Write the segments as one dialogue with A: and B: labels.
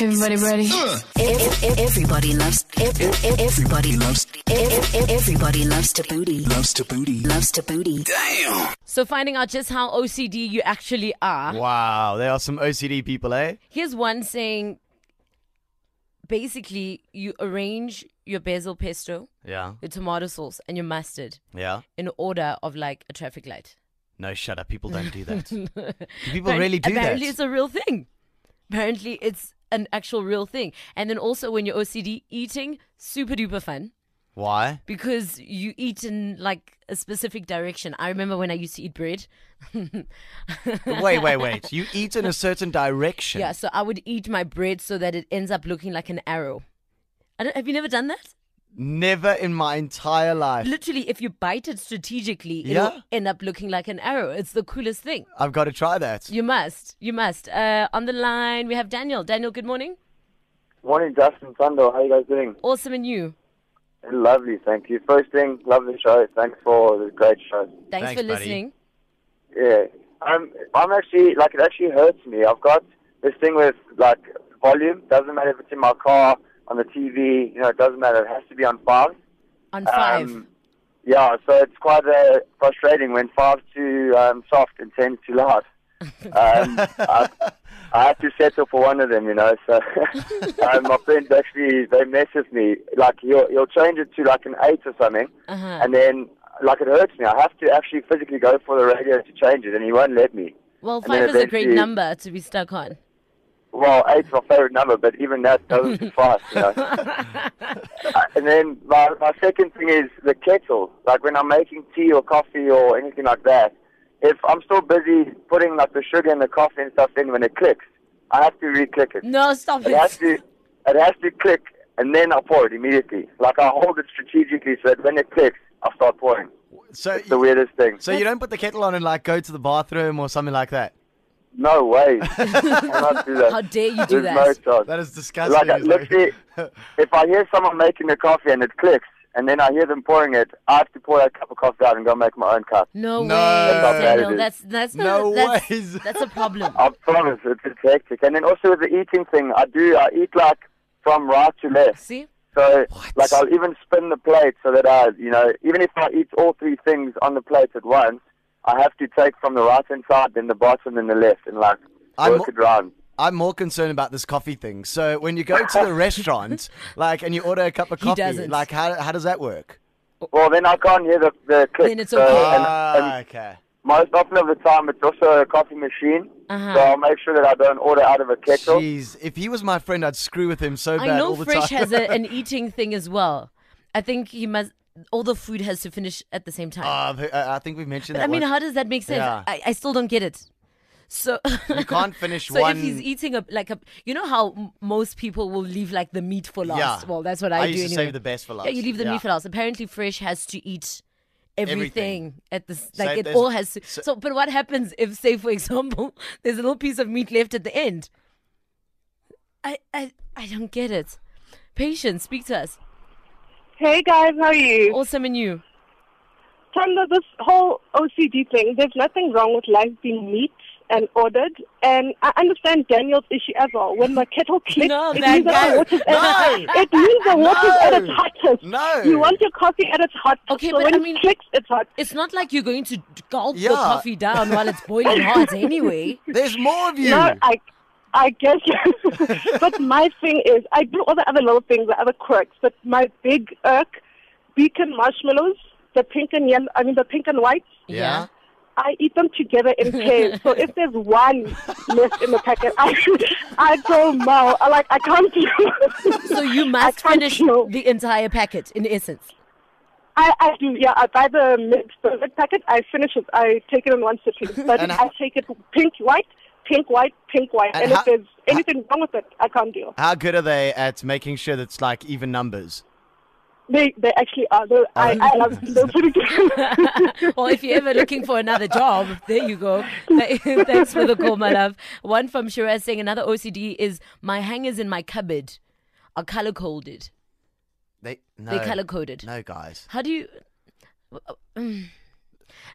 A: Everybody ready?
B: Ev- ev- Everybody loves. ev- ev- Everybody loves. ev- ev- Everybody loves to booty.
C: Loves to booty.
B: Loves to booty.
D: So finding out just how OCD you actually are.
E: Wow, there are some OCD people, eh?
D: Here's one saying basically you arrange your basil pesto,
E: Yeah,
D: your tomato sauce, and your mustard
E: yeah.
D: in order of like a traffic light.
E: No, shut up. People don't do that. Do people
D: Apparent-
E: really do
D: apparently
E: that?
D: it's a real thing. Apparently it's an actual real thing. And then also when you're OCD eating, super duper fun.
E: Why?
D: because you eat in like a specific direction. I remember when I used to eat bread.
E: Wait, wait, wait. You eat in a certain direction.
D: Yeah, so I would eat my bread so that it ends up looking like an arrow. I don't, have you never done that?
E: Never in my entire life.
D: Literally, if you bite it strategically,
E: Yeah.
D: it'll end up looking like an arrow. It's the coolest thing.
E: I've got to try that.
D: You must. You must. Uh, on the line, we have Daniel. Daniel, good morning.
F: Morning, Justin Thunder. How you guys doing?
D: Awesome and you.
F: Lovely, thank you. First thing, love the show. Thanks for the great show.
D: Thanks,
E: Thanks,
D: for
E: buddy.
D: listening.
F: Yeah, I'm. Um, I'm actually like it actually hurts me. I've got this thing with like volume. Doesn't matter if it's in my car, on the TV. You know, it doesn't matter. It has to be on five.
D: On five.
F: Um, yeah, so it's quite uh, frustrating when five too um, soft and ten too loud. Um, I, I have to settle for one of them, you know. So um, my friends actually they mess with me. Like you'll you'll change it to like an eight or something,
D: Uh-huh.
F: and then like it hurts me. I have to actually physically go for the radio to change it, and he won't let me.
D: well,
F: and then
D: five is a great
F: eventually-
D: number to be stuck on.
F: Well, eight's my favourite number, but even that doesn't suffice. You know? Uh, and then my, my second thing is the kettle. Like when I'm making tea or coffee or anything like that, if I'm still busy putting like the sugar and the coffee and stuff in when it clicks, I have to re-click it.
D: No, stop
F: It has
D: it.
F: to, it has to click, and then I pour it immediately. Like I hold it strategically so that when it clicks, I start pouring.
E: So,
F: It's the weirdest thing.
E: so you don't put the kettle on and like go to the bathroom or something like that.
F: No way. Cannot do that.
D: How dare you do
F: There's
D: that.
F: No chance.
E: That is disgusting.
F: Like, I-
E: It's like-
F: literally, if I hear someone making the coffee and it clicks, and then I hear them pouring it, I have to pour that cup of coffee out and go make my own cup.
D: No,
E: No.
D: way,
F: That's
D: Daniel.
F: not
D: That's that's not
E: No
D: that's,
E: ways.
D: that's a problem.
F: I promise, it's, it's hectic. And then also with the eating thing, I do, I eat like from right to left.
D: See?
F: So, like, I'll even spin the plate so that I, you know, even if I eat all three things on the plate at once, I have to take from the right hand side, then the bottom, then the left, and like,
E: I'm-
F: work it round.
E: I'm more concerned about this coffee thing. So when you go to the restaurant, like, and you order a cup of
D: He
E: coffee,
D: doesn't.
E: like, how, how does that work?
F: Well, then I can't hear the, the click.
D: Then it's
F: so-
D: okay.
F: and- and
E: Ah, okay.
F: Most often of the time, it's also a coffee machine.
D: Uh-huh.
F: So I'll make sure that I don't order out of a kettle.
E: Jeez, if he was my friend, I'd screw with him so bad
D: I know
E: all the
D: Fresh
E: time.
D: has a, an eating thing as well. I think he must. All the food has to finish at the same time.
E: Ah, I've he- I I think we've mentioned
D: but
E: that.
D: I mean,
E: once.
D: how does that make sense?
E: Yeah.
D: I, I still don't get it. So
E: you can't finish
D: so
E: one.
D: if he's eating a like a, you know how m- most people will leave like the meat for last.
E: Yeah.
D: Well, that's what I,
E: I
D: do
E: used to
D: anyway.
E: save the best for
D: Yeah,
E: last.
D: you leave the
E: Yeah.
D: meat for last. Apparently, Fresh has to eat. Everything,
E: Everything.
D: at this,
E: So
D: like
E: if
D: it
E: there's-
D: all has to.
E: so-
D: so, but what happens if, say, for example, there's a little piece of meat left at the end? I, I, I don't get it. Patience, speak to us.
G: Hey guys, how are you?
D: Awesome and you.
G: Tanda, this whole OCD thing, there's nothing wrong with life being neat and ordered. And I understand Daniel's issue as well. When the kettle clicks,
D: No,
G: it,
D: man,
G: means that
D: guys.
G: the water's
E: No.
G: at, it means the water's
E: No.
G: at its hottest.
E: No.
G: You want your coffee at its hottest.
D: Okay,
G: so
D: but
G: when
D: I mean-
G: it clicks, it's hot.
D: It's not like you're going to gulp
E: Yeah.
D: the coffee down while it's boiling hot anyway.
E: There's more of you.
G: No, I, I guess. but my thing is, I do all the other little things, the other quirks. But my big irk, beacon marshmallows, the pink and yellow. I mean, the pink and white.
E: yeah.
G: I eat them together in pairs. so if there's one left in the packet, I I go mal. I like I can't do.
D: So you must
G: can't
D: finish
G: deal.
D: the entire packet in essence.
G: I, I do. Yeah, I buy the mid, the mid packet. I finish it. I take it in one sitting. But
E: And
G: I
E: ho-
G: take it pink white, pink white, pink white.
E: And
G: And,
E: ho-
G: if there's anything wrong with it, I can't deal.
E: How good are they at making sure that's like even numbers?
G: They they actually are.
D: Oh.
G: They're, I I love. them. They're pretty good.
D: or if you're ever looking for another job, there you go. Th- Thanks for the call, my love. One from Shiraz saying another OCD is my hangers in my cupboard are color coded.
E: They no.
D: They're color coded.
E: No, guys.
D: How do you?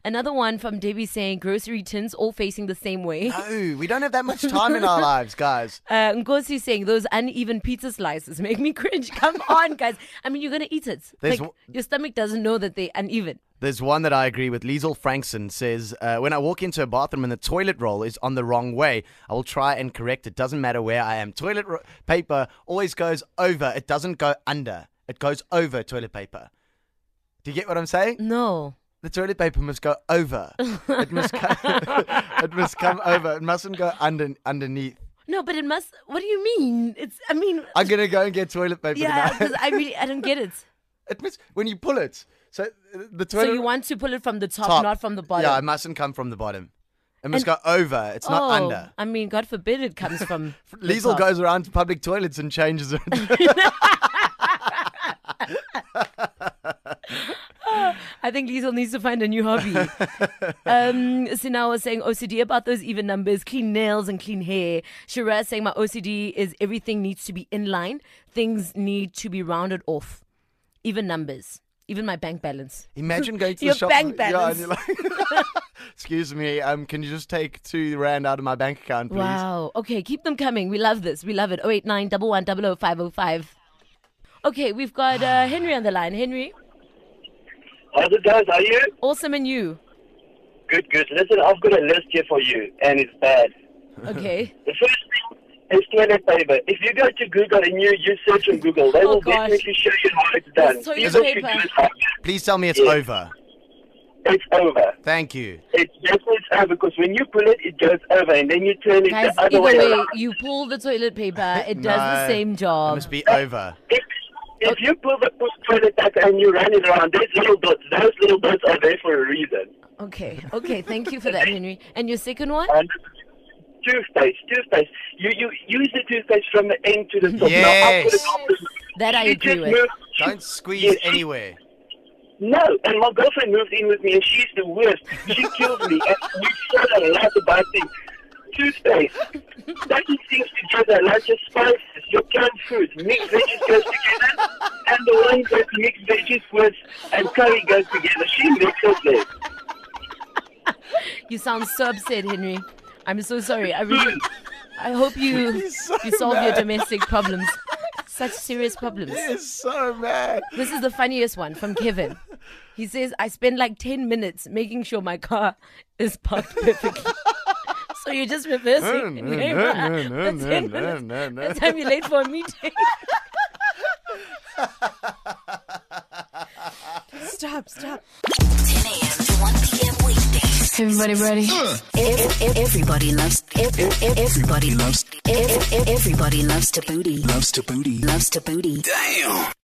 D: Another one from Debbie saying grocery tins all facing the same way.
E: No, we don't have that much time in our lives, guys.
D: Uh, Nkosi saying those uneven pizza slices make me cringe. Come on, guys. I mean, you're gonna eat it.
E: There's
D: Like,
E: w-
D: your stomach doesn't know that they're uneven.
E: There's one that I agree with. Liesel Frankson says, uh, When I walk into a bathroom and the toilet roll is on the wrong way, I will try and correct it. Doesn't matter where I am. Toilet ro- paper always goes over, it doesn't go under. It goes over toilet paper. Do you get what I'm
D: Mm.
E: saying?
D: No.
E: The toilet paper must go over. It must, co- it must come over. It mustn't go under- underneath.
D: No, but it must. What do you mean? It's. I mean.
E: I'm going to go and get toilet paper
D: yeah,
E: tonight.
D: because I really I don't get it.
E: It must, when you pull it. So uh, the
D: So
E: toilet
D: you want to pull it from the top,
E: top.
D: not from the bottom.
E: Yeah, it mustn't come from the bottom. It must go over. It's
D: oh,
E: not under.
D: I mean, God forbid it comes from. the
E: Liesel
D: top.
E: goes around to public toilets and changes it.
D: I think Liesel needs to find a new hobby. um, Sina was saying OCD about those even numbers, clean nails and clean hair. Shiraz saying my OCD is everything needs to be in line, things need to be rounded off, even numbers, even my bank balance.
E: Imagine going to
D: Your
E: the shop.
D: bank
E: Yeah, and you're like, Excuse me, um, can you just take two rand out of my bank account, please?
D: Wow. Okay, keep them coming. We love this. We love it. 089 505. Okay, we've got uh, Henry on the line. Henry,
F: How's it, guys? How are you?
D: awesome and you.
F: Good, good. Listen, I've got a list here for you, and it's bad.
D: Okay.
F: The first thing is toilet paper. If you go to Google and you, you search on Google, they
D: Oh,
F: will
D: gosh.
F: definitely show you how it's done.
D: It's toilet
F: People should
D: paper.
F: do it like that.
E: Please tell me it's
F: Yeah.
E: over.
F: It's over.
E: Thank you.
F: It's definitely over because when you pull it, it goes over, and then you turn it
D: Guys,
F: the
D: either
F: other way.
D: way,
F: around.
D: you pull the toilet paper, it does the
E: No,
D: same
E: It
D: job.
E: must be over.
F: If, if you pull the pull toilet paper and you run it around, those little dots, those little dots are there for a reason.
D: Okay, okay, thank you for that, Henry. And your second one?
F: And toothpaste, toothpaste. You you use the toothpaste from the end to the top.
E: Mm-hmm. Yes.
F: Now, I've got a
D: That I
F: She
D: agree
F: just
D: with.
F: moved- she-
E: Don't squeeze
F: yes, she-
E: anywhere.
F: No, and my girlfriend moved in with me, and she's the worst. She kills me, and we said a lot about things. Toothpaste, dirty things together, like your spices, your canned food, mixed veggies goes together, and the one that mixed veggies with and curry goes together. She mixes it.
D: You sound so upset, Henry. I'm so sorry. I really. I hope you you solve your domestic problems. Such serious problems.
E: It's so mad.
D: This is the funniest one from Kevin. He says, I spend like 10 minutes making sure my car is parked perfectly. so you're just reversing.
E: No,
D: and
E: no,
D: you're-
E: no, no, no,
D: for 10
E: no,
D: minutes.
E: no, no.
D: By the time you're late for a meeting. stop, stop.
B: 10 a.m. to 1 p.m. weekdays.
A: Everybody ready?
B: Ev- ev- Everybody loves. ev- ev- Everybody loves. ev- ev- Everybody loves to booty. Loves to booty. Loves to booty.